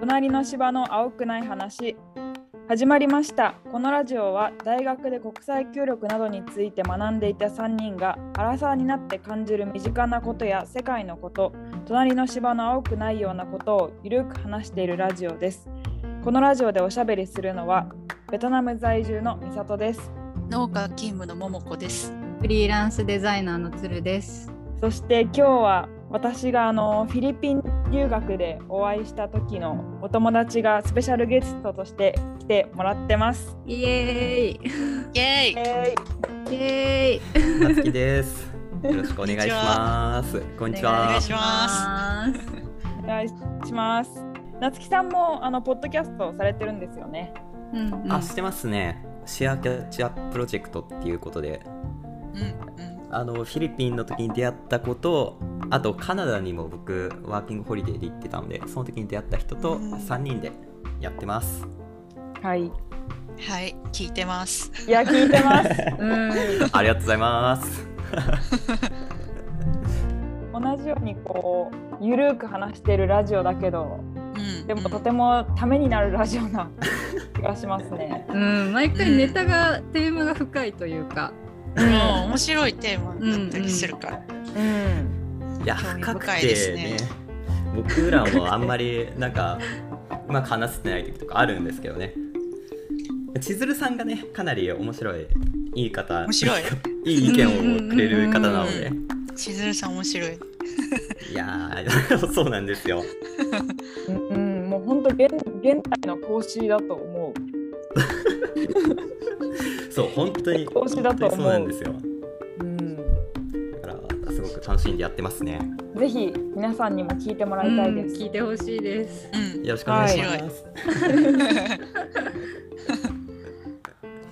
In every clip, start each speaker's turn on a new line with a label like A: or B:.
A: 隣の芝の青くない話始まりましたこのラジオは大学で国際協力などについて学んでいた3人がアラサーになって感じる身近なことや世界のこと隣の芝の青くないようなことをゆるく話しているラジオですこのラジオでおしゃべりするのはベトナム在住の美里です
B: 農家勤務の桃子です。
C: フリーランスデザイナーのつるです。
A: そして今日は私があのフィリピン留学でお会いした時のお友達がスペシャルゲストとして来てもらってます。
C: イエーイ。
B: イエーイ。
C: イエーイ。。
D: なつきです。よろしくお願いし ます。こんにち
B: お願。
D: はい
B: します
A: お願いします。夏希さんもあのポッドキャストをされてるんですよね。
C: うんうん、
D: あ、してますね。シェアキャッチアッププロジェクトっていうことで、
B: うんうん。
D: あのフィリピンの時に出会った子と、あとカナダにも僕ワーキングホリデーで行ってたので、その時に出会った人と
B: うん
D: 3人でやってます。
A: はい。い
B: はい、聞いてます。
A: や聞いてます。
C: うん。
D: ありがとうございます。
A: 同じようにこうゆるく話してるラジオだけど、
B: うん。
A: でもと
B: うん
A: てもためになるラジオな気がしますね。
C: うん、毎回ネタが、テーマが深いというか。
B: うん面白いテーマだったりするから。
A: うん。
D: いや、
B: 興味
D: 深く
B: 深いです
D: て
B: ね
D: ね、僕らもあんまりなんかうまく話せてない時とかあるんですけどね。千鶴さんがね、かなり面白い、いい方。
B: 面白い。
D: いい意見をくれる方なの
B: うんうんう
D: で
B: ん。しずるさん面白い。
D: いやー、 そうなんですよ。
A: うん、うんもう本当現現代の講師だと思う。
D: そう、本当に。
A: 講師だと思う
D: 本当にそうなんですよ。
A: うん。
D: だから、すごく楽しんでやってますね。
A: ぜひ皆さんにも聞いてもらいたいです。
C: 聞いてほしいです。
B: うん。
D: よろしくお願いします。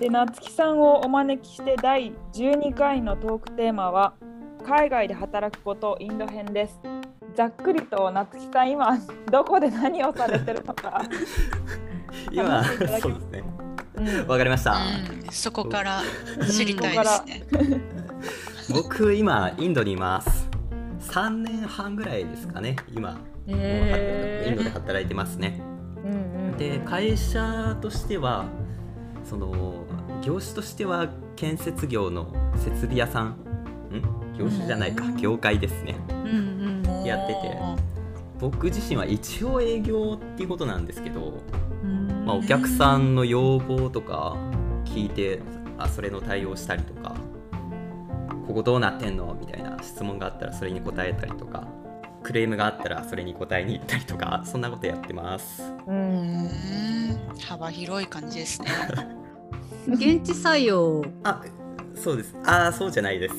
A: で夏木さんをお招きして第12回のトークテーマは海外で働くことインド編です。ざっくりと夏木さん今どこで何をされてるのか。
D: 今、
A: 話し
D: そ
A: て
D: う
A: いた
D: で
A: だけ
D: す
A: ます
D: ね。
A: うん
D: わかりました。
B: うんそこから知りたいですね。
D: 僕、今、インドにいます。三年半ぐらいですかね。今。イン
C: え
D: ドで働いてますね。
A: うんうん
D: で、会社としては。その、業種としては、建設業の設備屋さん。ん、業種じゃないか
B: う、ん
D: 業界ですね。
C: ー。うん
D: やってて僕自身は一応営業っていうことなんですけど、
C: うん。
D: まあ、お客さんの要望とか聞いてあそれの対応したりとかここどうなってんのみたいな質問があったらそれに答えたりとかクレームがあったらそれに答えに行ったりとかそんなことやってます
A: うん
B: うんうん幅広い感じですね。
C: 現地採用。
D: あそうですああそうじゃないです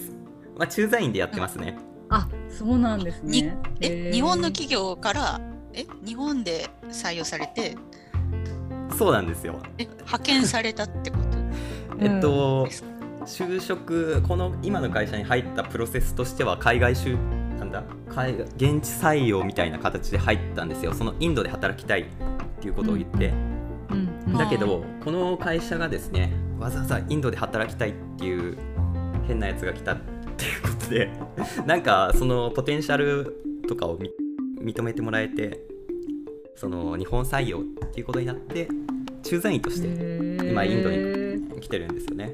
D: まあ駐在員でやってますね
C: あ、そうなんです
B: に
C: ね。へ
B: え、
C: ー
B: 日本の。企業からえ、日本で採用されて
D: そうなんですよ
B: え、派遣されたってこと
D: えっと、
B: ですか
D: 就職この今の会社に入ったプロセスとしては海外就なんだ海現地採用みたいな形で入ったんですよそのインドで働きたいっていうことを言って、
C: うん、うん。
D: だけどこの会社がですねわざわざインドで働きたいっていう変なやつが来たっていうことで なんかそのポテンシャルとかをみ認めてもらえてその日本採用っていうことになって駐在員として今インドに
C: に。
D: 来てるんですよね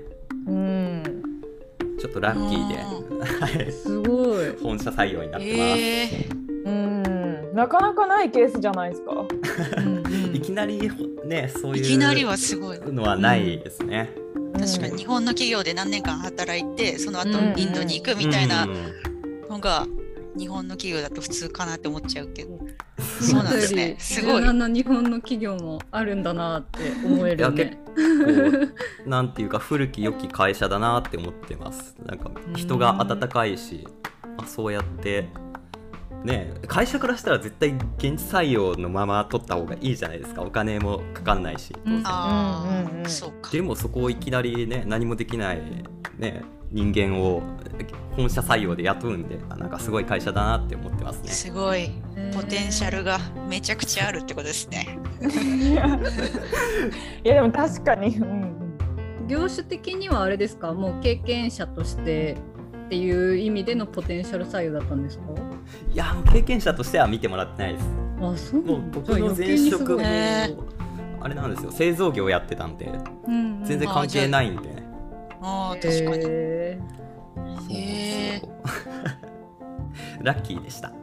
A: うん
D: ちょっとラッキーではい
C: すごい。
D: 本社採用になってます、
B: ええ
A: うんなかなかないケースじゃないですか。
C: うんうん
D: いきなりほねそういう
B: いきなりはすごい。
D: のはないですね、
B: 確かに日本の企業で何年間働いてその後
C: うん
B: インドに行くみたいな
D: うん
B: のが日本の企業だと普通かなって思っちゃうけどそうなんです ねすごい
C: あ日本の企業もあるんだなって思える
D: い
C: ね。
D: こう なんていうか古き良き会社だなって思ってますなんか人が温かいし、あそうやってね会社からしたら絶対現地採用のまま取った方がいいじゃないですかお金もかかんないし、
C: うん
B: ああ、
A: うんうんうん
B: そうか
D: でもそこをいきなりね何もできないね人間を本社採用で雇うんであなんかすごい会社だなって思ってますね
B: すごいポテンシャ
C: ル。
B: ルがめちゃくちゃあるってことですね
A: いやでも確かに。うん
C: 業種的にはあれですか、もう経験者としてっていう意味でのポテンシャル採用だったんですか。
D: いや経験者としては見てもらってないです
C: あ、そうな
D: もうん
C: だ。
D: 僕の前
C: じゃあ余計にす
D: 職
C: ご
D: も
C: い
B: ね
D: あれなんですよ製造業やってたんで
A: うんうん
D: 全然関係ないんでね
B: ああ、確かに。
C: へ
D: そう
B: へ
D: です
B: え
D: よ ラッキーでした
C: ー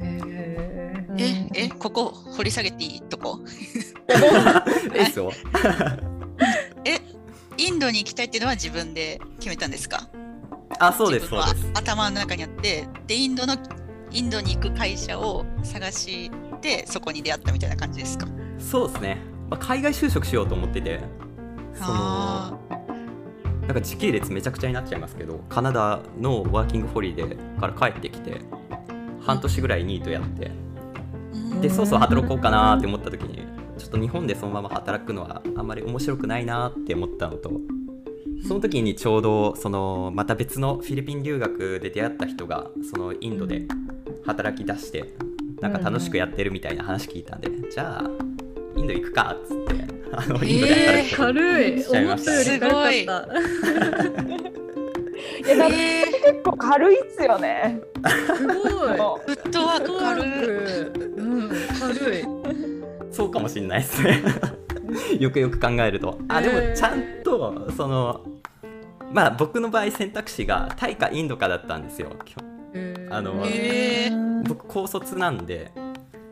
C: へー
A: うん
B: え、え、ここ掘り下げていいとこ
D: えっすよ
B: インドに行きたいっていうのは自分で決めたんですか
D: あそうです
B: 自
D: そ
B: 分
D: う
B: は
D: です
B: 頭の中にあって、で、インドの、インドに行く会社を探して、そこに出会ったみたいな感じですか
D: そうですね、まあ、海外就職しようと思っててその
B: あ
D: なんか時系列めちゃくちゃになっちゃいますけどカナダのワーキングホリデーから帰ってきて半年ぐらいニートやって
B: うん
D: でそろそろ働こうかなーって思った時にちょっと日本でそのまま働くのはあんまり面白くないなーって思ったのとその時にちょうどそのまた別のフィリピン留学で出会った人がそのインドで働き出してなんか楽しくやってるみたいな話聞いたんで、じゃあインド行くかっつってあのインドで
C: えー、
D: 働く、
C: 軽い。
D: しちゃい
C: 思
D: ま
C: っ
D: したた
C: より軽かった。
A: いやだって
B: えー
A: 結構軽いっすよね。
C: すごい。
A: も
B: フットワーク軽い。
C: うん、軽い。
D: そうかもしんないですねよくよく考えるとあで
C: えー
D: もちゃんとそのまあ僕の場合選択肢がタイかインドかだったんですよ基本あの
A: う
B: へ
A: うん
D: 僕高卒なんで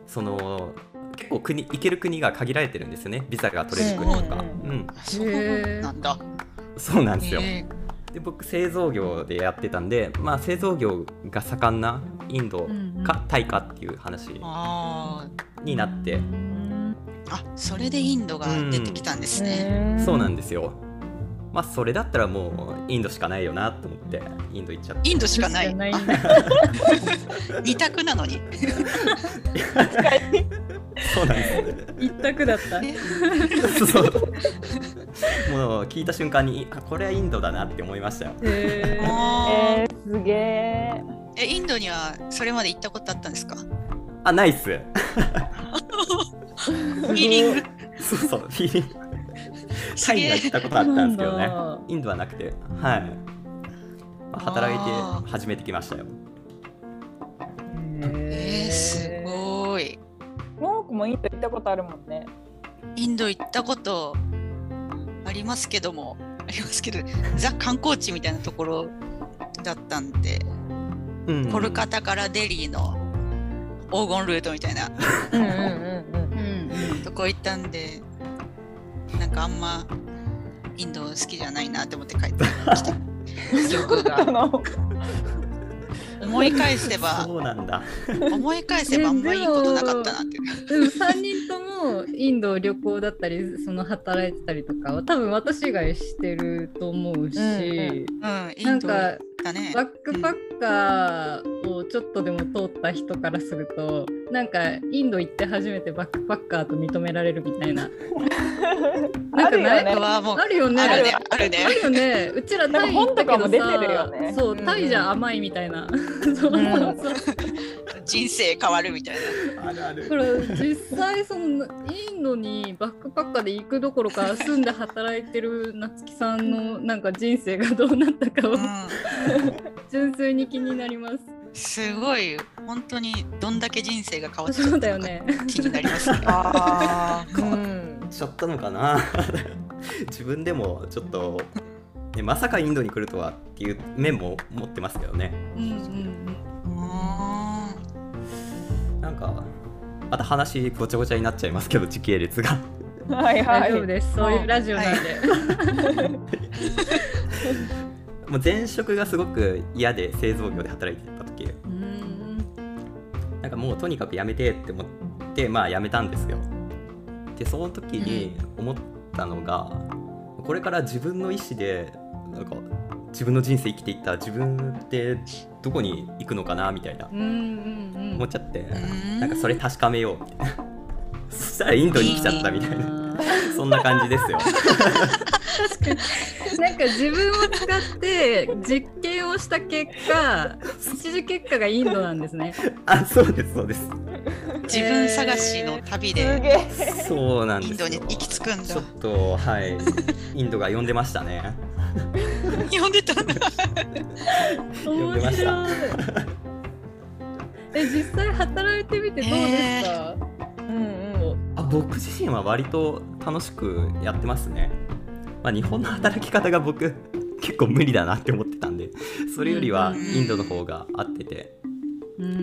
D: その結構国行ける国が限られてるんですよねビザが取れる国とか、
A: う
D: うん
B: そうなんだ。
D: そうなんですよ
B: え
D: で僕製造業でやってたんで、まあ、製造業が盛んなインドかタイかっていう話
B: ーあ
D: になって、
B: ーあ、それでインドが出てきたんですね。
D: そうなんんですよまあそれだったらもうインドしかないよなと思ってインド行っちゃっ
B: インドしかない。
C: ないん
B: あ
C: だ。
B: 二択なのに。
D: てそうなんですよね
C: 一択だった。
D: そうもう聞いた瞬間にあこれはインドだなって思いましたよ
C: へー
B: あ
A: えー、すげえ。
B: ーえ、インドにはそれまで行ったことあったんですか。
D: あないっす
B: フィーリング。
D: そうそう、フィ リピン
B: す
D: タイ
B: げ
D: には行
B: え。
D: ったことあったんですけど
C: そう
D: ね
C: なんだ。
D: インドはなくて、はい。まあ、働いて
B: あー
D: 始めてきましたよ。
B: えー、すごい。
A: モークもインド行ったことあるもんね。
B: インド行ったことありますけども、ありますけど、ザ観光地みたいなところだったんで、
D: うん
B: コルカタからデリーの黄金ルートみたいな
A: うんうんうん
C: い。うん。
B: とこ行ったんで、なんかあんまインド好きじゃないなって思って帰ってきた 記憶
A: あ
B: が。
A: の
B: 思い返せば、
D: そうなんだ。
B: 思い返せばあんまいいことなかったなって。
C: でも3人ともインド旅行だったりその働いてたりとかは多分私以外してると思うし、
A: うんうん
B: うん、イ
C: な
B: ン
C: ん
B: ドだ
C: か
B: ね。
C: バックパッカーをちょっとでも通った人からするとなんかインド行って初めてバックパッカーと認められるみたいな。なん
A: あ
C: か
A: る
C: な
A: よ
C: い
A: ね
B: あ。とはもう
C: あるよね。
B: あるね、ある
C: あ
B: ね。
C: るよね。うちらタイ行ったけどさ
A: なんか本とかも出てるよね
C: そ
A: う
C: う
A: ん
C: タイじゃ甘いみたいな。 そうそうそう。
B: 人生変わるみたいな。
D: あるある
C: だから実際そのインドにバックパッカーで行くどころか住んで働いてる夏木さんのなんか人生がどうなったかを
B: うん
C: 純粋に気になります。
B: すごい本当にどんだけ人生が変わっちゃっ
C: そうだ
B: た
C: よ
B: のか
C: ね。
B: 気になり ますね。
A: あー
D: しちゃったのかな。 自分でもちょっと、ね、まさかインドに来るとはっていう面も持ってますけどね。
C: うんうん
B: あ
D: なんか、また話ごちゃごちゃになっちゃいますけど、時系列が。
A: うん。はいはい。
C: 大丈夫です。そういうラジオなんで。
D: もう前職がすごく嫌で製造業で働いてた時
C: うん
D: なんかもうとにかくやめてって思ってまあやめたんですよでその時に思ったのが、これから自分の意思でなんか自分の人生生きていったら自分ってどこに行くのかなみたいな
C: うんうん
D: 思っちゃって、
B: ん
D: なんかそれ確かめようみたいな そしたらインドに来ちゃったみたいなそんな感じ ですよ
C: なんか自分を使って実験をした結 果、一次結果がインドなんですね。
D: あそうですそうです
B: ー自分探しの旅
A: す
B: で、
A: げえ。
D: そうなんですよ
B: インドに行き着くんだ
D: ちょっとはいインドが呼んでましたね
B: 日本でたんだ。
C: 面
D: 読んでまし
C: 白い。え、自実際働いてみてどうですか、
A: うんうん。
D: あ僕自身は割と楽しくやってますね、まあ、日本の働き方が僕結構無理だなって思ってたんでそれよりはインドの方が合ってて、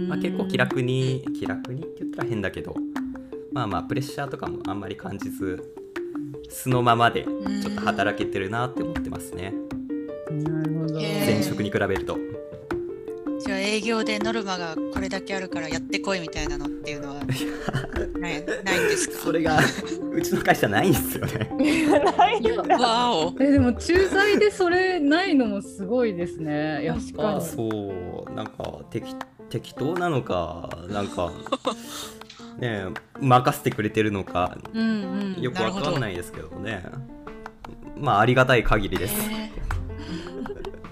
D: まあ、結構気楽に気楽にって言ったら変だけどまあまあプレッシャーとかもあんまり感じず素のままでちょっと働けてるなって思ってますね
C: なるほど、
B: へ
D: 前職に比べると
B: じゃあ営業でノルマがこれだけあるからやってこいみたいなのっていう のはないないんですか
D: それがうちの会社ないんですよね
A: ないんだ。
B: わお
C: えでも駐在でそれないのもすごいですねやっ
A: 確か
C: ぱ
A: に
D: そうなんか適適当なのかなんか ねえ任せてくれてるのか
C: うんうん
D: よく
B: な
D: わ
B: るほど
D: かんないですけどねまあありがたい限りです
B: え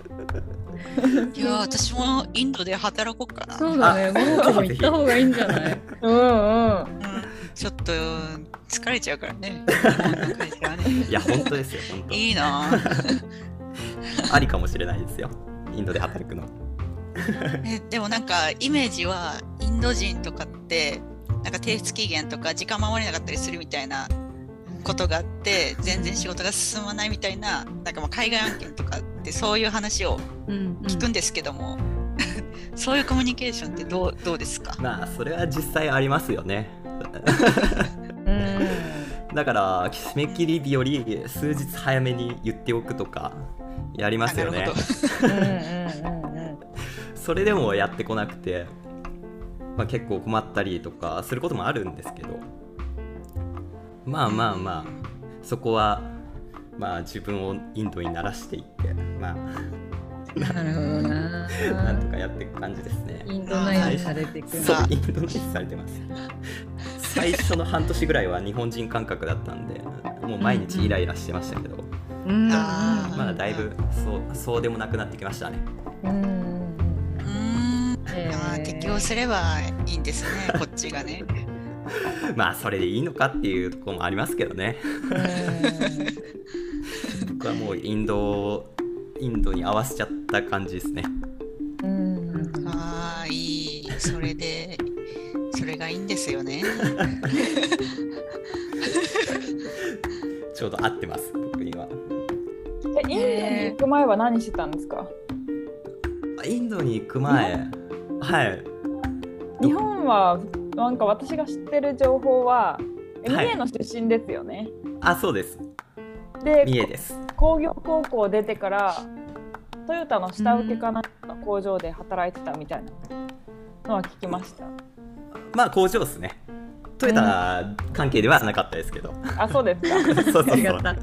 B: ーいや私もインドで働こうかな、
C: そうだねモロッコも行った方がいいんじゃない
A: うんうん。
B: うんちょっと疲れちゃうから ね日本の会社はね
D: いや本当ですよ本
B: いいなあ
D: 当ありかもしれないですよインドで働くの
B: えでもなんかイメージはインド人とかってなんか提出期限とか時間守れなかったりするみたいなことがあって全然仕事が進まないみたいななんかもう海外案件とかってそういう話を
C: うん、うん、
B: 聞くんですけども、 そういうコミュニケーションってどうどうですか
D: まあそれは実際ありますよね
A: うん
D: だから締め切り日より数日早めに言っておくとかやりますよ
B: あな
D: ね
B: るほど
A: うんうんうん
D: それでもやってこなくて、まあ、結構困ったりとかすることもあるんですけどまあまあまあそこはまあ自分をインドに慣らしていってま
C: なるほどな
D: あなんとかやっていく感じですね
C: インドナイズされていくん
D: そ
C: だ
D: うインドにされてます最初の半年ぐらいは日本人感覚だったんでもう毎日イライラしてましたけど、
C: うん
B: あー
D: まあだいぶそうそうでもなくなってきましたね
A: うんうん
B: うーん
C: え
B: あー適応すればいいんですね こっちがね
D: まあそれでいいのかっていうところもありますけどね僕はもうインドインドに合わせちゃった感じですね
A: うんうん
B: ああいいそれでそれがいいんですよね
D: ちょうど合ってます僕には
A: えインドに行く前は何してたんですか
D: あインドに行く前はい
A: 日本はなんか私が知ってる情報はえ
D: は
A: 三
D: い
A: 重の出身ですよね、
D: あそうです三重
A: で
D: です
A: 工業高校出てからトヨタの下請けかなんかの工場で働いてたみたいなのは聞きま した
D: まあ工場ですねトヨタ関係ではなかったですけど、
A: あそうですか
D: そうそう
C: 違
D: そう
C: った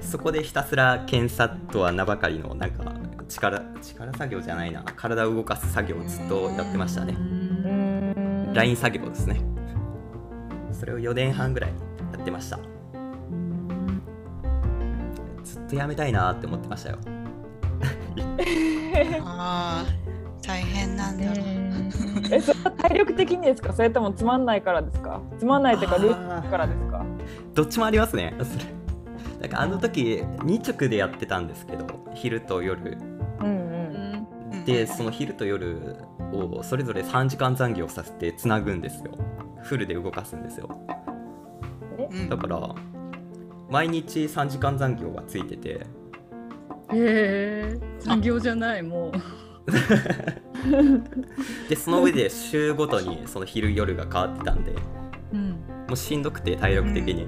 D: そこでひたすら検査とは名ばかりのなんか力力作業じゃないな体を動かす作業をずっとやってましたね
A: うーん
D: ライン作業ですねそれを4年半ぐらいやってましたずっとやめたいなって思ってましたよ
B: ああ大変なんだろう
A: えそれは体力的にですかそれともつまんないからですかつまんないというか
D: あー
A: ルーティンからですか
D: どっちもありますねそれなんかあの時2直でやってたんですけど昼と夜
A: うん
D: でその昼と夜をそれぞれ3時間残業させてつなぐんですよフルで動かすんですよ
B: うん
D: だから毎日3時間残業がついてて
C: へえ産業じゃないもう
D: でその上で週ごとにその昼夜が変わってたんでも
C: うん
D: うしんどくて体力的に、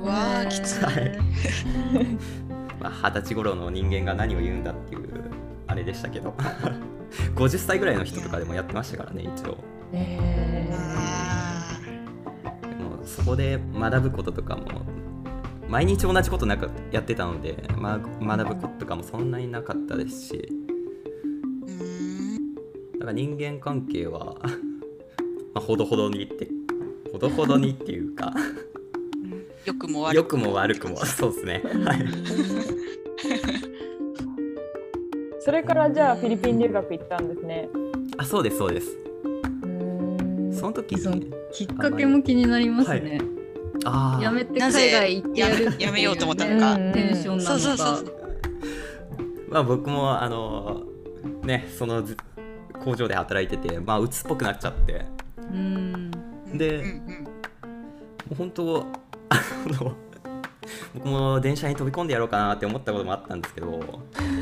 B: うわあきつい
D: はいまあ、20歳頃の人間が何を言うんだっていうあれでしたけど 50歳ぐらいの人とかでもやってましたからね一応
A: え
B: あ
D: もうそこで学ぶこととかも毎日同じことなんかやってたので、ま、学ぶこととかもそんなになかったですし
B: ーうーん
D: だから人間関係は まあほどほどにってほどほどにっていうか
B: 良くも悪く
D: 良くも悪くもそうですねはい
A: それからじゃあフィリピン留学行ったんですね
D: あそうですそうですその時
C: そう
D: に
C: きっかけも気になりますね、
D: ああ
C: やめて
B: な
C: 海
B: ぜ
C: 外行ってやるっていうね
B: やめようと思ったのか
C: テンションなの
B: そ
C: か
B: うそうそうそう
D: まあ僕もあのねそのず工場で働いててまあ鬱っぽくなっちゃっても
C: うん
D: で
B: うんうん
D: う本当あの僕も電車に飛び込んでやろうかなって思ったこともあったんですけど、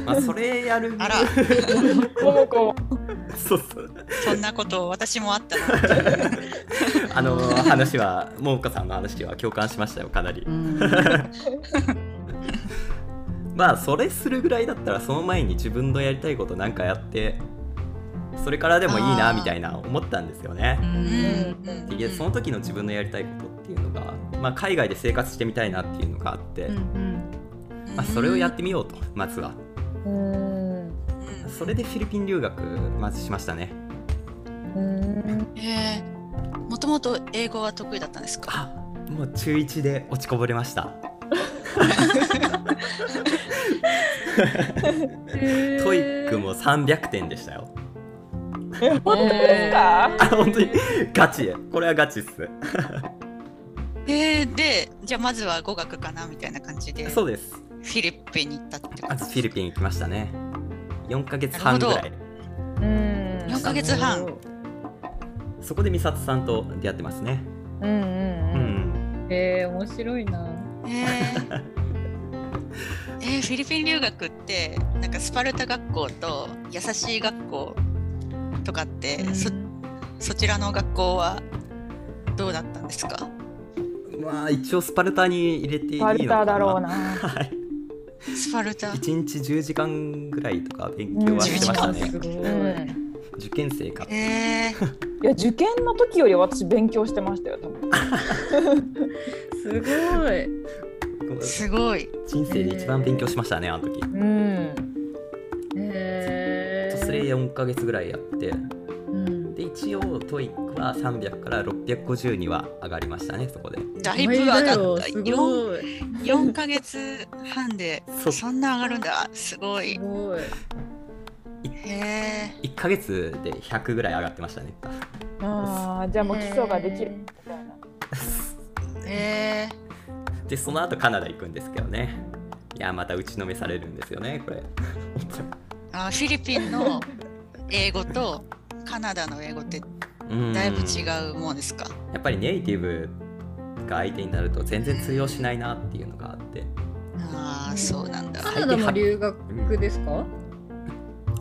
D: まあ、それやる
B: あら、
A: ほぼこ
D: そうそう
B: そんなこと私もあったな。
D: あの話は桃香さんの話は共感しましたよかなり
C: う。ん
D: まあそれするぐらいだったらその前に自分のやりたいことなんかやってそれからでもいいな
B: あー
D: みたいな思ったんですよね
C: う。
B: うん
C: ん
B: うん
D: でその時の自分のやりたいことっていうのが、まあ、海外で生活してみたいなっていうのがあって、
C: うん
D: まあ、それをやってみようとまずは
A: う。うん。
B: うん
D: それでフィリピン留学まずしましたね
A: うん。
B: えもともと英語は得意だったんですか
D: あもう中1で落ちこぼれましたトイックも300点でしたよ
A: え、本当ですか
D: あ本当にガチこれはガチっす
B: えー、でじゃあまずは語学かなみたいな感じでフ
D: そうです
B: ィリピンに行ったってこ
D: ま
B: と
D: ずフィリピン行きましたね4ヶ月半ぐら
B: ない
A: うん
B: 4ヶ月半
D: そこで美里さんと出会ってますね
A: うんうんうん。
D: うん
C: えー、面白いな
B: えーえーフィリピン留学ってなんかスパルタ学校と優しい学校とかって、そそちらの学校はどうだったんですか
D: まあ一応スパルタに入れていい
A: パ
D: のかな
A: ルターだろうな。
D: はい
B: スパルタ
D: 1日10時間ぐらいとか勉強はしてましたね
C: すごい、
A: うん
D: 受験生か
B: えー、
A: いや受験の時より私勉強してましたよ多分。
C: すごい
B: すごい
D: 人生で一番勉強しましたねあの時
A: うん。
C: えー、
D: それ4ヶ月ぐらいやって
C: うん、
D: で一応 TOEIC は300から650には上がりましたねそこで
B: だいぶ上がった
C: す
B: 4
C: ごい
B: 4ヶ月半で
D: そう
B: そんな上がるんだすご
C: す
B: い
C: ごい
B: へえ
D: 1ヶ月で100ぐらい上がってましたね
A: ああじゃあもう基礎ができるみたいな。
B: へえ
D: でその後カナダ行くんですけどねいやまた打ちのめされるんですよねこれ
B: あフィリピンの英語とカナダの英語って
D: うん
B: だいぶ違うもんですか
D: やっぱりネイティブが相手になると全然通用しないなっていうのがあって
B: ああそうなんだ
C: カナダも留学ですか、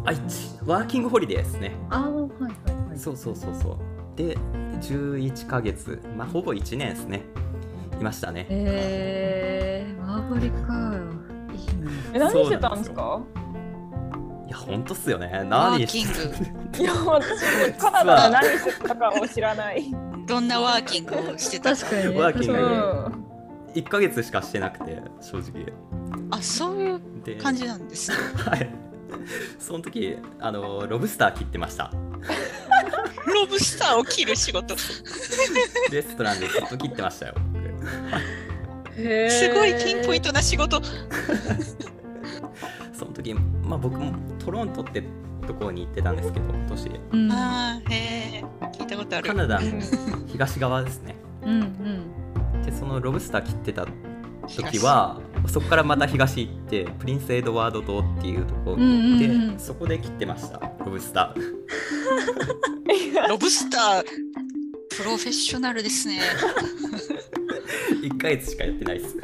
D: あ一ワーキングホリデーですね
C: ああはいはいはい
D: そうそうそうそうで11ヶ月まあほぼ1年ですねいましたね
C: えー、ワーホリかいいな
A: え何してたんですか？
D: いやほんとっすよね
B: ワ
D: 何
B: ーキ
D: し
B: ング
A: いや私カナダで何してたかを知らない。
B: どんなワーキングをしてた
C: 確かにね
D: ワーキン
A: う
D: グ
C: 確か
A: ん。
D: 1ヶ月しかしてなくて正直
B: あそういう
D: で
B: 感じなんですね
D: はい その時あのロブスター切ってました
B: ロブスターを切る仕事
D: レストランでずっと切ってましたよ僕
C: にへー
B: すごいピンポイントな仕事
D: その時まあ僕もトロントってところに行ってたんですけど今年
C: うん
B: ああへえ聞いたことある
D: カナダの東側ですね
C: うんうん
D: でそのロブスター切ってた時はそこからまた東行ってプリンス・エドワード島っていうところに行って、
C: うんうんうん
D: そこで切ってましたロブスター
B: ロブスタープロフェッショナルですね
D: 1ヶ月しかやってないです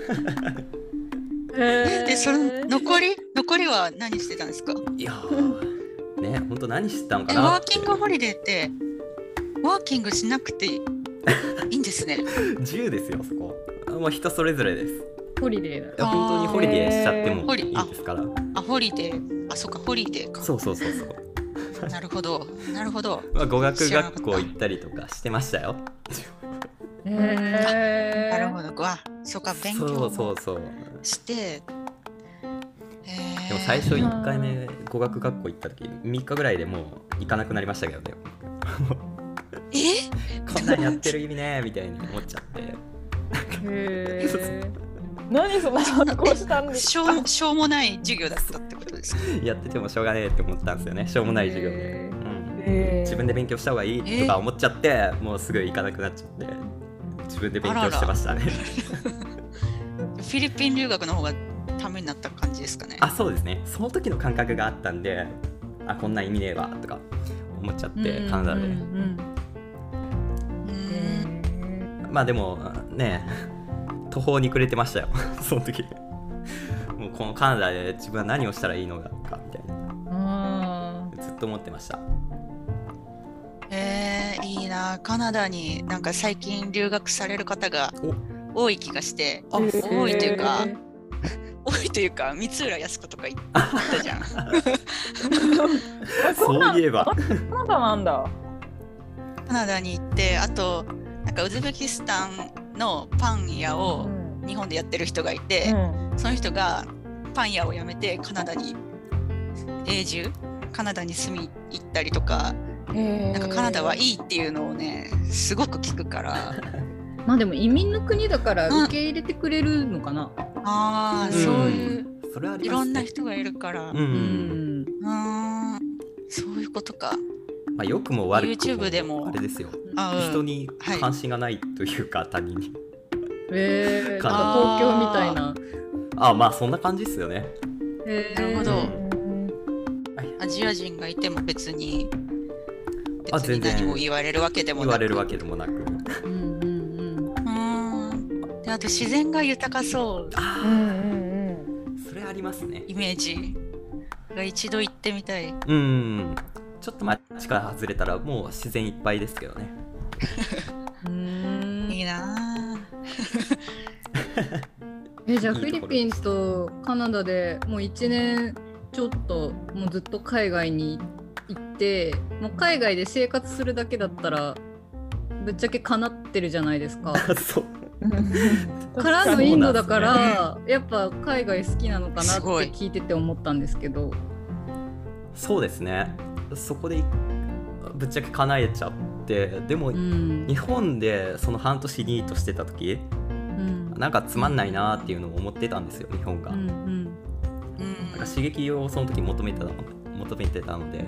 C: え
B: でその残り残りは何してたんですか
D: いやーね本当何してたのか
B: え
D: な
B: ワ
D: っ
B: ー
D: て
B: キングホリデーってワーキングしなくていいんですね。
D: 自由ですよそこもう人それぞれですい
C: ホリデーだ
D: や
B: あー
D: 本当にホリデーしちゃって
A: へ
B: ー
D: も
B: ホ
D: い
B: リ
D: いですから
B: あホリデーあそっかホリデーか。
D: そうそうそうそう、
B: なるほどなるほど。
D: まあ、語学学校行ったりとかしてましたよ
C: へ
B: なる
C: ー
B: ほどわそうか勉強
D: そうそ
B: も
D: うそう
B: して。えー
D: でも最初1回目語学学校行った時3日ぐらいでもう行かなくなりましたけどね
B: え
D: こんなんやってる意味ねみたいに思っちゃって
C: へー
A: 何そんな格好したんです
B: しょうしょうもない授業だったってことですか。
D: やっててもしょうがねえって思ったんですよねしょうもない授業で、
C: へ
D: うん、
A: へー
D: 自分で勉強した方がいいとか思っちゃって、もうすぐ行かなくなっちゃって自分で勉強してましたねあ
B: フィリ ピン留学の方がためになった感じですかね。
D: そうですねその時の感覚があったんであこんなん意味ねえわとか思っちゃって、
C: うん
D: カナダで、
C: うんうん
B: うん
D: まあでもね途方に暮れてましたよ その時もうこのカナダで自分は何をしたらいいのかみたいな
C: あ
D: ずっと思ってました
B: えー、いいなカナダになんか最近留学される方が
D: お
B: 多い気がして
D: あ
A: ー
B: 多いというか多いというか三浦靖子とかいいったじゃん
D: そういえば
A: カナダなんだ。
B: カナダに行ってあとなんかウズベキスタンのパン屋
A: う
B: を
A: ん
B: 日本でやってる人がいうて、
A: ん
B: その人がパン屋を辞めてカナダに永住カナダに住み行ったりとか
A: へ
B: な
A: ー
B: んかカナダはいいっていうのをねすごく聞くから
C: まあでも移民の国だから受け入れてくれるのかな。
B: ああ、
D: うん
B: そういう
D: それはあり
B: い
D: ま
B: ろ
D: す
B: んな
D: ね
B: 人がいるから、
D: うん、
C: うん。
B: うーんそういうことか。
D: まあ、良くも悪くも
B: YouTube でも
D: あれですよ
B: あうん
D: 人に関心がないというか、他人に
C: えー、
D: カナ
B: ダ
C: なんか東京みたいな。
D: ああまあそんな感じっすよね
C: えー
B: なるほど
A: うん
B: アジア人がいても別に
D: あ
B: 別に
D: 全然
B: 何も言われるわけでもな
D: 言
B: く
D: われるわけでもなく
C: うんうんうん。
B: うーんであと自然が豊かそ
A: う
B: う
D: あ
A: んうん
D: あそれありますね
B: イメージが一度行ってみたい
D: うんちょっと街から外れたらもう自然いっぱいですけどね
C: うーん
B: いいな
C: えじゃあ
D: いい
C: フ
D: とこ
C: ィリ
D: ろ
C: ピンとカナダでもう1年ちょっともうずっと海外に行ってもう海外で生活するだけだったらぶっちゃけかなってるじゃないです か。
D: あそう
A: うん
C: からのインドだから、やっぱ海外好きなのかなって
B: すごい
C: 聞いてて思ったんですけど
D: そうですねそこでいぶっちゃけ叶えちゃってでも、
C: うん
D: 日本でその半年ニートしてた時
C: うん
D: なんかつまんないなーっていうのを思ってたんですよ日本が、
C: うん
D: なんか
B: あうん
D: 刺激をその時求めてた求めてたので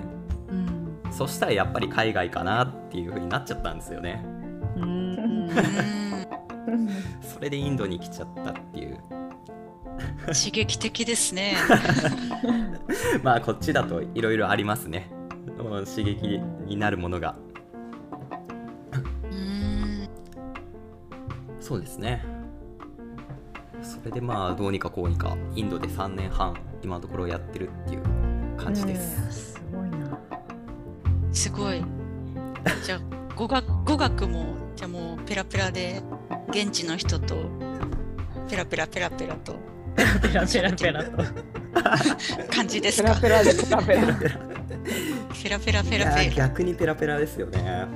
C: うん
D: そしたらやっぱり海外かなっていう風になっちゃったんですよね
C: うん うん
D: それでインドに来ちゃったっていう
B: うん刺激的ですね
D: まあこっちだといろいろありますねうん刺激になるものが
B: うん
D: そうですねそれでまあどうにかこうにかインドで3年半今のところやってるっていう感じです、
C: すごいな。
B: すごいじゃあ語学語学もじゃあもうペラペラで現地の人とペラペラペラペラと
C: ペラペラペラと。
B: 感じです
A: ペラ
B: か
A: ペラでペラペラ。
B: ペラペラペ
D: い
B: ラ
D: や
B: ペ
D: ー
B: ラ
D: 逆にペラペラですよね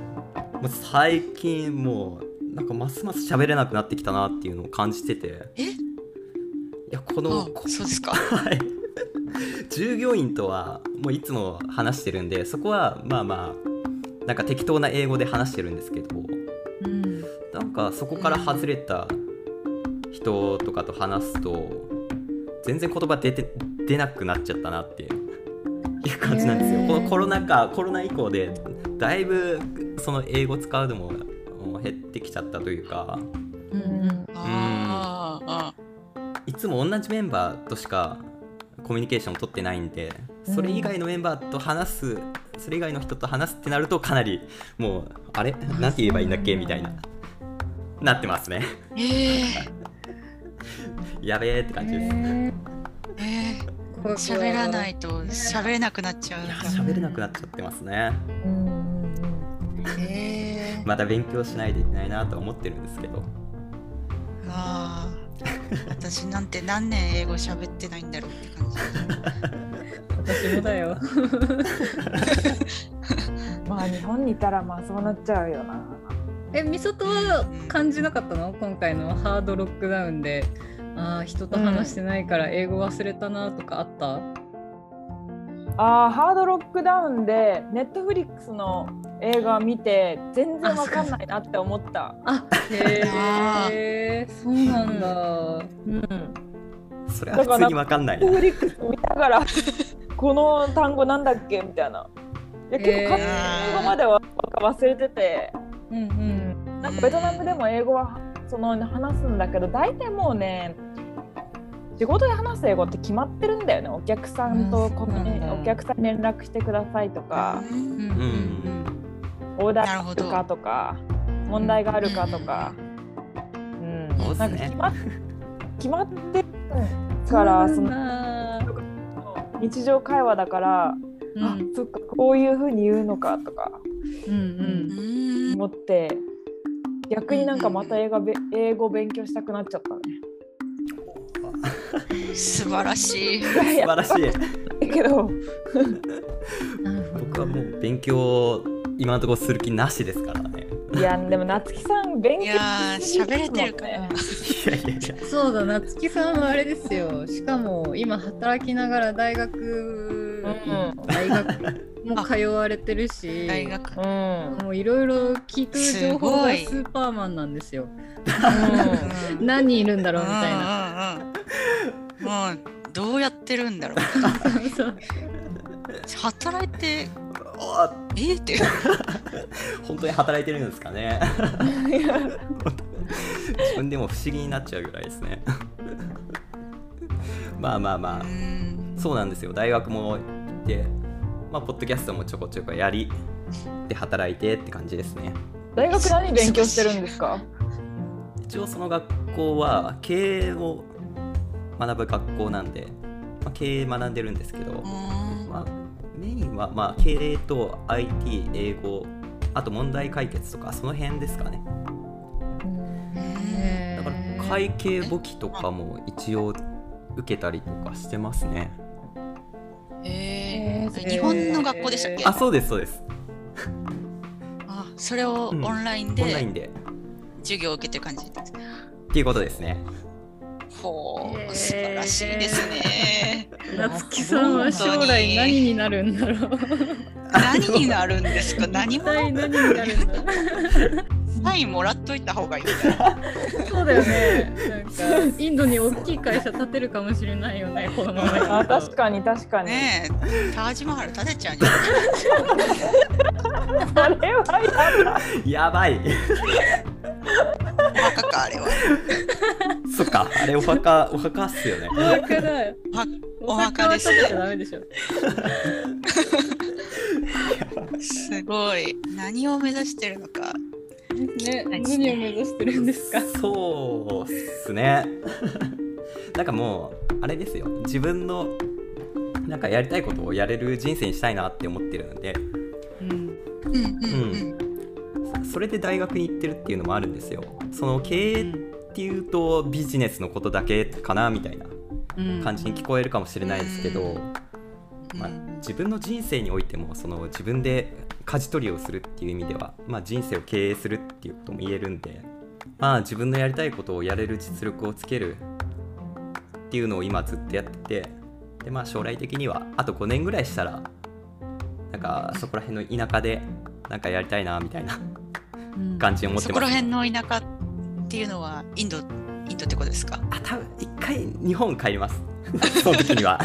D: もう最近もうなんかますます喋れなくなってきたなっていうのを感じてて
B: え
D: いやこの
B: あ
D: こ
B: そうですか
D: はい従業員とはもういつも話してるんでそこはまあまあなんか適当な英語で話してるんですけど
C: うん
D: なんかそこから外れた人とかと話すと全然言葉出て出なくなっちゃったなっていう 感じなんですよ。
A: へー
D: このコロナ禍コロナ以降でだいぶその英語使うのも減ってきちゃったというか
C: うん
B: あーあ
D: いつも同じメンバーとしかコミュニケーションを取ってないんでそれ以外のメンバーと話すそれ以外の人と話すってなるとかなりもうあれ なんて言えばいいんだっけみたいななってますね。
B: ーええ
D: やべえって感じで
B: え
D: す。
B: ー
C: 怖い怖い
B: 喋らないと喋れなくなっちゃう
D: いや
B: か
D: 喋れなくなっちゃってますね
B: ら。えー
D: また勉強しないといけないなとは思ってるんですけど
B: あー私なんて何年英語喋ってないんだろうって感じ。
C: 私もだよ。
A: まあ日本にいたらまあそうなっちゃうよな。
C: え、みそとは感じなかったの今回のハードロックダウンで。ああ、人と話してないから英語忘れたなとかあった、
A: あーハードロックダウンでネットフリックスの映画見て全然わかんないなって思った。
C: あへえ、そうなんだ。うん。
D: それは普通に分かんない
A: ネット
D: な
A: フリックス見ながらこの単語なんだっけみたいな。いや結構
C: へ
A: 完
B: ー
A: 全に英語までは忘れてて、
C: うんう。
A: うんん、なんかベトナムでも英語はその話すんだけど大体もうね仕事で話す英語って決まってるんだよねお客さんと
C: うん
A: こ
C: そうなんだ
A: のお客さんに連絡してくださいとか
B: うん
C: うんうん
A: オーダ
B: なる
A: ー
B: ほ
A: あ
B: ど
A: るかとか問題があるかとか、うん
D: そうっ
A: な
D: す
A: んか決
D: ね
A: まっ決まってるからそ
C: そう
A: の
C: なんだ
A: 日常会話だから、
C: うん
A: あそっかこういうふうに言うのかとか
C: うんうん
B: うん
A: 思って逆になんかまた英語べ英語勉強したくなっちゃったね。
B: 素晴らしい。
A: 素
D: 素晴らしい
A: いけど
C: なるほど
D: 僕はもう勉強今のところする気なしですからね
A: いやでも夏木さん勉強
B: いやー
A: しすぎ
B: 喋れ
A: ですもんね
B: てるから。
D: いやいや いや
C: そうだなつきさんはあれですよしかも今働きながら大学、
A: うん
C: 大学も通われてるし
B: 大学。
A: うん
C: もういろいろ聞く情報
B: す
C: が
B: ご
C: ス
B: い
C: ーパーマンなんですよ
A: うん
B: うん
C: 何人いるんだろうみたい
B: う
C: な
B: んうんうん。もうどうやってるんだろう。
C: そう そう
B: 働いて
D: あ
B: ええって。
D: 本当に働いてるんですかね自分でも不思議になっちゃうぐらいですねまあまあまあ
B: うん
D: そうなんですよ大学も行ってまあポッドキャストもちょこちょこやりで働いてって感じですね
A: 大学何勉強してるんですか？
D: 一応その学校は経営を学ぶ学校なんで、まあ、経営学んでるんですけど、
B: うん
D: まあ、メインはまあ経営と IT 英語あと問題解決とかその辺ですかね
C: へ
D: だ
C: ー
D: から会計簿記とかも一応受けたりとかしてますね
A: え
B: えー
A: ー
B: 日本の学校でしたっけ
D: あそうですそうです
B: あそれをオ
D: うん
B: ンライン
D: オンライ
B: で
D: ンで
B: 授業を受けてる感じです
D: っていうことですね
B: ほ
C: へー
B: う素晴らしいですね
C: 夏木さんは将来何になるんだろう
B: 何になるんです か何
C: 一
B: も
C: 体何になるんだろ
B: サインもらっといた方がいいんだよ
C: うそうだよねなんかインドに大きい会社建てるかもしれないよねこのまま
A: あ
C: だと
A: 確かに確かに。
B: ねえタージマハル立てちゃうんじゃな
A: あ
B: い
A: れはやだ
D: やばい
B: お墓かあれは
D: そっかあれお墓お墓っすよね
C: お墓だ
B: お墓
C: お
B: お
C: 墓
B: 墓
C: は
B: です
C: 食べちゃダメでしょ
B: すごい何を目指してるのか
C: ね、
B: はい
C: 何を目指してるんですか。
D: そうっすねなんかもうあれですよ自分のなんかやりたいことをやれる人生にしたいなって思ってるので
C: うん、
B: うんうんうん
D: それで大学に行ってるっていうのもあるんですよその経営っていうとビジネスのことだけかなみたいな感じに聞こえるかもしれないですけど、まあ、自分の人生においてもその自分で舵取りをするっていう意味では、まあ、人生を経営するっていうことも言えるんで、まあ、自分のやりたいことをやれる実力をつけるっていうのを今ずっとやっててで、まあ、将来的にはあと5年ぐらいしたらなんかそこら辺の田舎でなんかやりたいなみたいな感じを持ってます
B: そこら辺の田舎っていうのはインドインドってことですか
D: あ多分一回日本帰ります その時には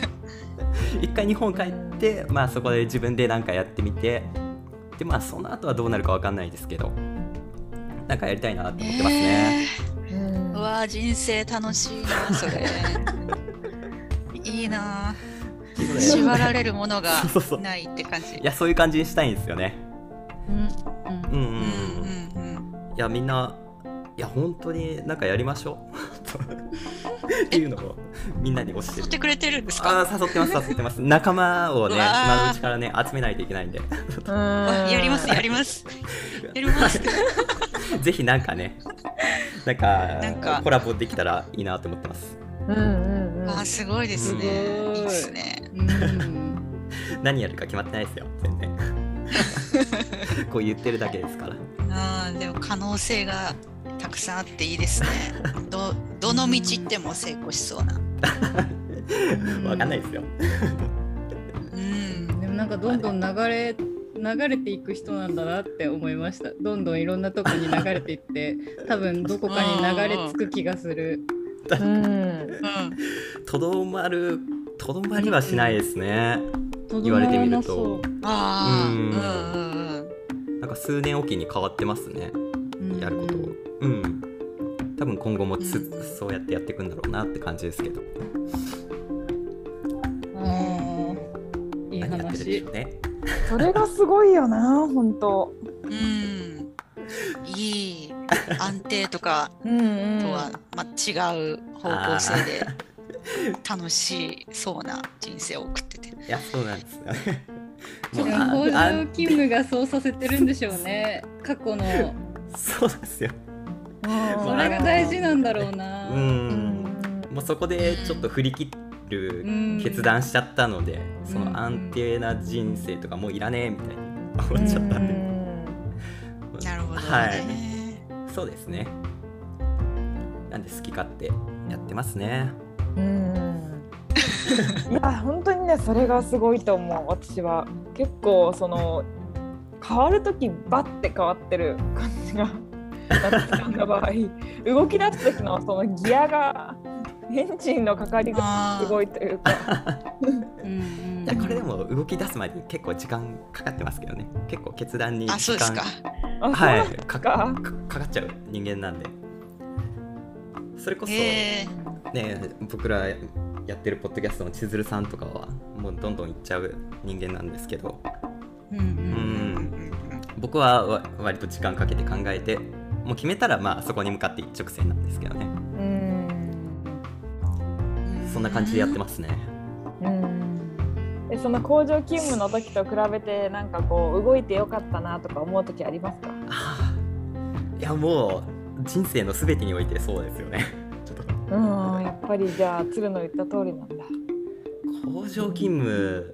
D: 一回日本帰ってまあそこで自分で何かやってみてでまあその後はどうなるかわかんないですけどなんかやりたいなって思ってますね、
B: えーうわー人生楽しいなそれいいな
D: という ことで
B: 縛られるものが
D: そうそうそう
B: ないって感じ
D: いやそういう感じにしたいんですよねうんうん、
B: うん
D: うん、い
B: うんうん
D: やみんないや本当になんかやりましょう っていうのをみんなに教え
B: 誘っててくれてるんですか
D: ああ誘ってます誘ってます仲間をね
B: うわー
D: 今のうちからね集めないといけないんで
B: あやりますやりますやります
D: ぜひなんかね、なんか
B: なんか
D: コラボできたらいいなと思ってます。
A: うんうんうん。
B: あーすごいですね
C: すごい
B: いいですね
C: うん、
D: 何やるか決まってないですよ、全然。こう言ってるだけですから。
B: あーでも可能性がたくさんあっていいですねどどの道行っても成功しそうな
D: わかんないですよ。
B: うん
C: でもなんかどんどん流れ流れていく人なんだなって思いました。どんどんいろんなとこに流れていって、多分どこかに流れ着く気がする。
A: うん。
B: うん
D: とどまる、とどまりはしないですね。言われてみると、
B: あー
D: う
B: うんんうんうん
D: なんか数年おきに変わってますね、
C: うん
D: やることを。うん。多分今後もつ、そうやってやっていくんだろうなって感じですけど
C: あーいい
D: 何やってるんで
C: 話
D: しょうね
A: それがすごいよな、本当。
B: うんいい安定とか
A: うんうん。
B: とは、まあ、違う方向性で楽しそうな人生を送ってて。
D: いやそうなんですよね
C: で
D: もう
C: も
D: あ
C: 工場
D: あ
C: 勤務がそうさせてるんでしょうね過去の
D: そうなんですよ
A: うん
C: それが大事なんだろうな
D: う
A: うんん。
D: もうそこでちょっと振り切る
C: うん
D: 決断しちゃったので、その安定な人生とかもういらねえみたいに思っちゃったんで、
B: なるほどね。
D: はいそうですねなんで好き勝手やってますね
A: うんうん。いや、本当にね、それがすごいと思う、私は。結構、その。変わる時、バッて変わってる感じが。夏樹さんの場合、動き出す時の、そのギアが。エンジンのかかりが
B: あー
A: すごいというか。
C: うんうん
D: いやこれでも動き出すまでに結構時間かかってますけどね結構決断に
B: あ、そう
D: 時
B: です
D: 間
B: か。
A: あ
D: はい
A: そうか
D: かかかかっちゃう人間なんでそれこそ、
B: へえ
D: ね僕らやってるポッドキャストの千鶴さんとかはもうどんどん行っちゃう人間なんですけど
C: う
D: うんん僕はわ割と時間かけて考えてもう決めたらまあそこに向かって一直線なんですけどね
A: うん。
D: そんな感じでやって
B: ま
D: ますね
A: えその工場勤務の時と比べてなんかこう動いてよかったなとか思う時ありますか？
D: ああいやもう人生の全てにおいてそうですよねちょっと
A: うんやっぱりじゃあ鶴の言った通りなんだ。
D: 工場勤務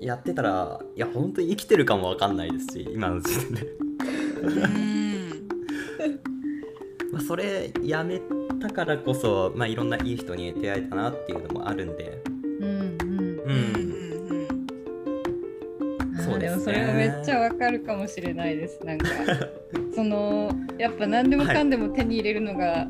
D: やってたらいや本当に生きてるかもわかんないですし今の時点で
B: す。うん
D: まあそれやめたからこそ、まあ、いろんないい人に出会えたなっていうのもあるんで
C: うんうん
D: う
B: うんんうんうん
C: あー
D: そうです
C: もそ
D: ね
C: れはめっちゃわかるかもしれないですなん かそのやっぱ何でもかんでも手に入れるのが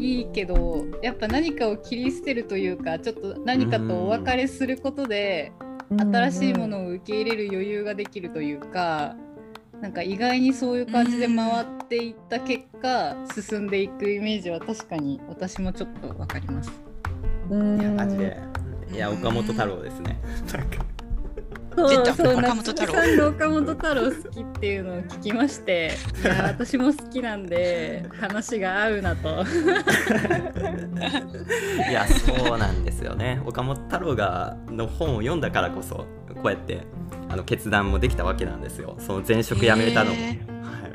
C: いいけど、やっぱ何かを切り捨てるというかちょっと何かとお別れすることで新しいものを受け入れる余裕ができるというかなんか意外にそういう感じで回っていった結果、進んでいくイメージは確かに私もちょっとわかります。
A: うん
D: いやマジでいや
B: うん
D: 岡本太郎ですねなんか
C: そう
B: 出た
C: そう
B: 岡本
C: 夏
B: 太郎
C: 木さんが岡本太郎好きっていうのを聞きま していや私も好きなんで話が合うなと
D: いやそうなんですよね岡本太郎がの本を読んだからこそこうやってあの決断もできたわけなんですよその前職辞めたのも、
B: へ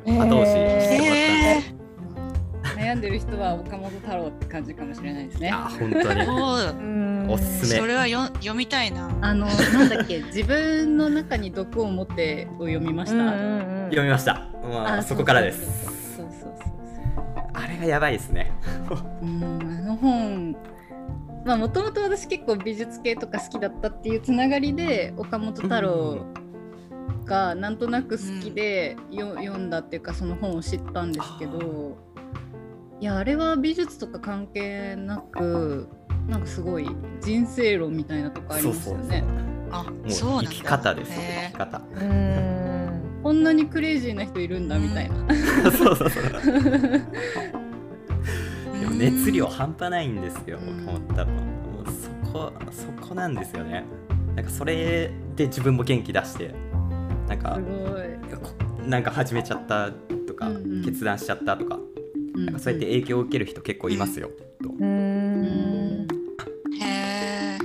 A: ー
D: はい、後押ししてもらったんで、
B: へえ
C: 悩んでる人は岡本太郎って感じかもしれないです
D: い
C: ね
D: や。本当に
B: おー
A: うん
D: おすすめ
B: それはよ読みたいな。
C: あのなんだっけ 自分の中に毒を持ってを読みまし
A: うんう
C: た。
A: んうん
D: 読みました、まあ、そこからです。
C: そうそうそうそう
D: あれがやばいですね
C: うんあの本まあもともと私結構美術系とか好きだったっていうつながりで岡本太郎がなんとなく好きで、よ読んだっていうかその本を知ったんですけ
D: あ
C: どいやあれは美術とか関係なくなんかすごい人生論みたいなとこありますよね。
B: あ、
D: そう
B: そう
D: も
B: な
D: うん生
B: だ。
D: き方です生
B: へ
D: き方
A: うん
C: こんなにクレイジーな人いるんだみたいな。
D: そうそうそう
B: ー
D: でも熱量。半端ないんですよ
C: うん
D: 岡本太郎もうそこそこなんですよねなんかそれで自分も元気出してなんか
C: すごい。
D: こなんか始めちゃったとか、
C: うんうん
D: 決断しちゃったとかなんかそうやって影響を受ける人結構いますよ、と
A: う
C: うん
B: へ
C: ん
B: え。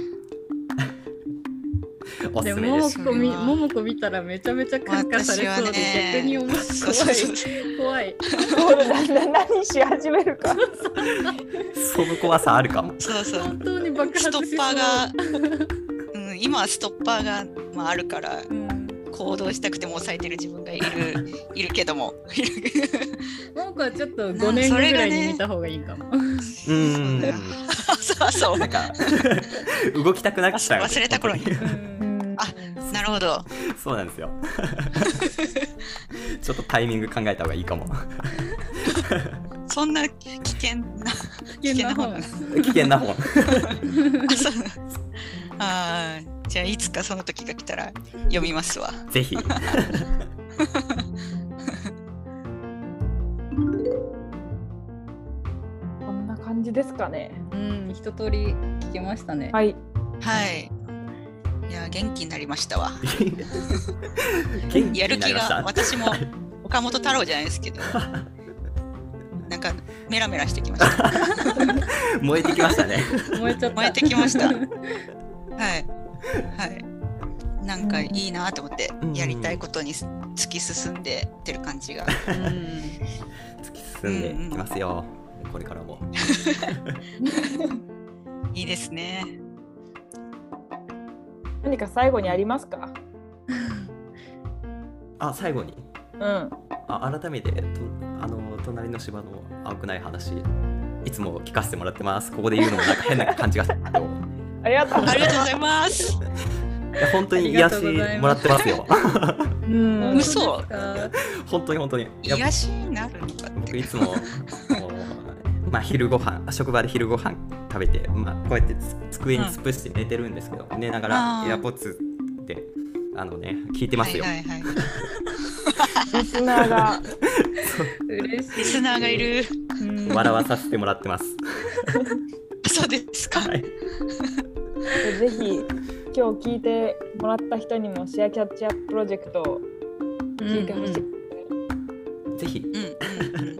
D: おす
C: です
D: め
C: も
D: で
C: も
D: す
C: こみももこ見たらめちゃめちゃ感化されそうで、逆に面
B: そうそうそう
C: 白い怖い
A: そうだんだん何し始めるか。
D: その怖さあるかも
B: そうそう。
C: 本当に爆発し
B: ス
C: そ
B: ト
C: う
B: ッパーが、うん、今はストッパーが、まあ、あるから
C: うん
B: 行動したくても抑えてる自分がい るいるけども
C: ももこはちょっと5年後ぐらいに見た方がいいかも、
D: うーん
B: そう そうそう
D: な んか動きたくなっちゃう
B: 忘れた頃に
A: うん
B: あなるほど
D: そうなんですよ ちょっとタイミング考えた方がいいかも
B: そんな危険な
C: 危険な方
B: 危
D: 危 険な本
B: あそうあーじゃあいつかその時が来たら読みますわ
D: ぜひ
A: じですかね。
C: うん、一通り聞きましたね。
A: はい。
B: はい。いや、元気になりましたわ。
D: 元気
B: やる
D: にな
B: 気
D: りま
B: が、
D: した
B: 私も岡本太郎じゃないです けど、なんかメラメラしてきました。は
D: 燃えてきま したね
C: 燃えちゃった。
B: 燃えてきま した
C: う
B: い。はい。なんかいいなと思って
D: う、ん
B: やりたいことに突き進んでってる感じが。
C: ん
D: 突き進んでいきますよこれからも
B: いいですね。
A: 何か最後にありますか。
D: あ最後に
A: うん。
D: あ改めてとあの隣の芝の青くない話いつも聞かせてもらってますここで言うのもなんか変な感じがするけど
A: ありがとう。
B: ありがとうございます。
D: いや本当に癒しもらってますよ
A: うん。
B: 嘘
C: 本当ですか
D: 本当に本当にいや
B: 癒しになるのかって
D: 僕い。つももうまあ昼ご飯職場で昼ご飯食べて、まあ、こうやってつ机に突っ伏して寝てるんですけど、寝な
B: あ
D: がら
B: ー
D: エアポッツであのね聞いてますよ、
B: はいはいはい。
A: リスナーが。
C: 嬉しい。
B: リスナーがい。 る。
C: うん、
D: 笑わさせてもらってます
B: そうですか。
D: はい
A: ぜひ今日聞いてもらった人にもシェアキャッチアッププロジェクトを聞いてほしい、
C: うん
D: ぜひ
B: うんうんうん。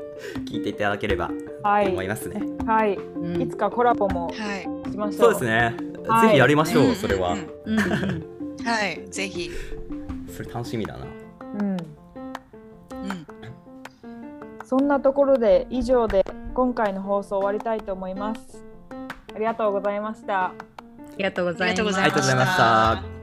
D: 聞いていただければ
A: は
D: と思い
A: い、
D: ますね、
A: はい、
C: うん
A: いつかコラボも
B: はい。
A: しましょ
D: そう
A: う
D: ですね、
A: はい
D: ぜひやりましょう、
B: んんん
D: それは、
C: うんうん
B: はい。ぜひ。
D: それ楽しみだな
A: うん、
B: うん。
A: そんなところで以上で今回の放送を終わりたいと思いますありがとうございました
C: ありがとうご
B: ありがとうご
D: あ
B: ざい
D: り
B: ま
D: がとうご
B: し
D: ざいました
B: た。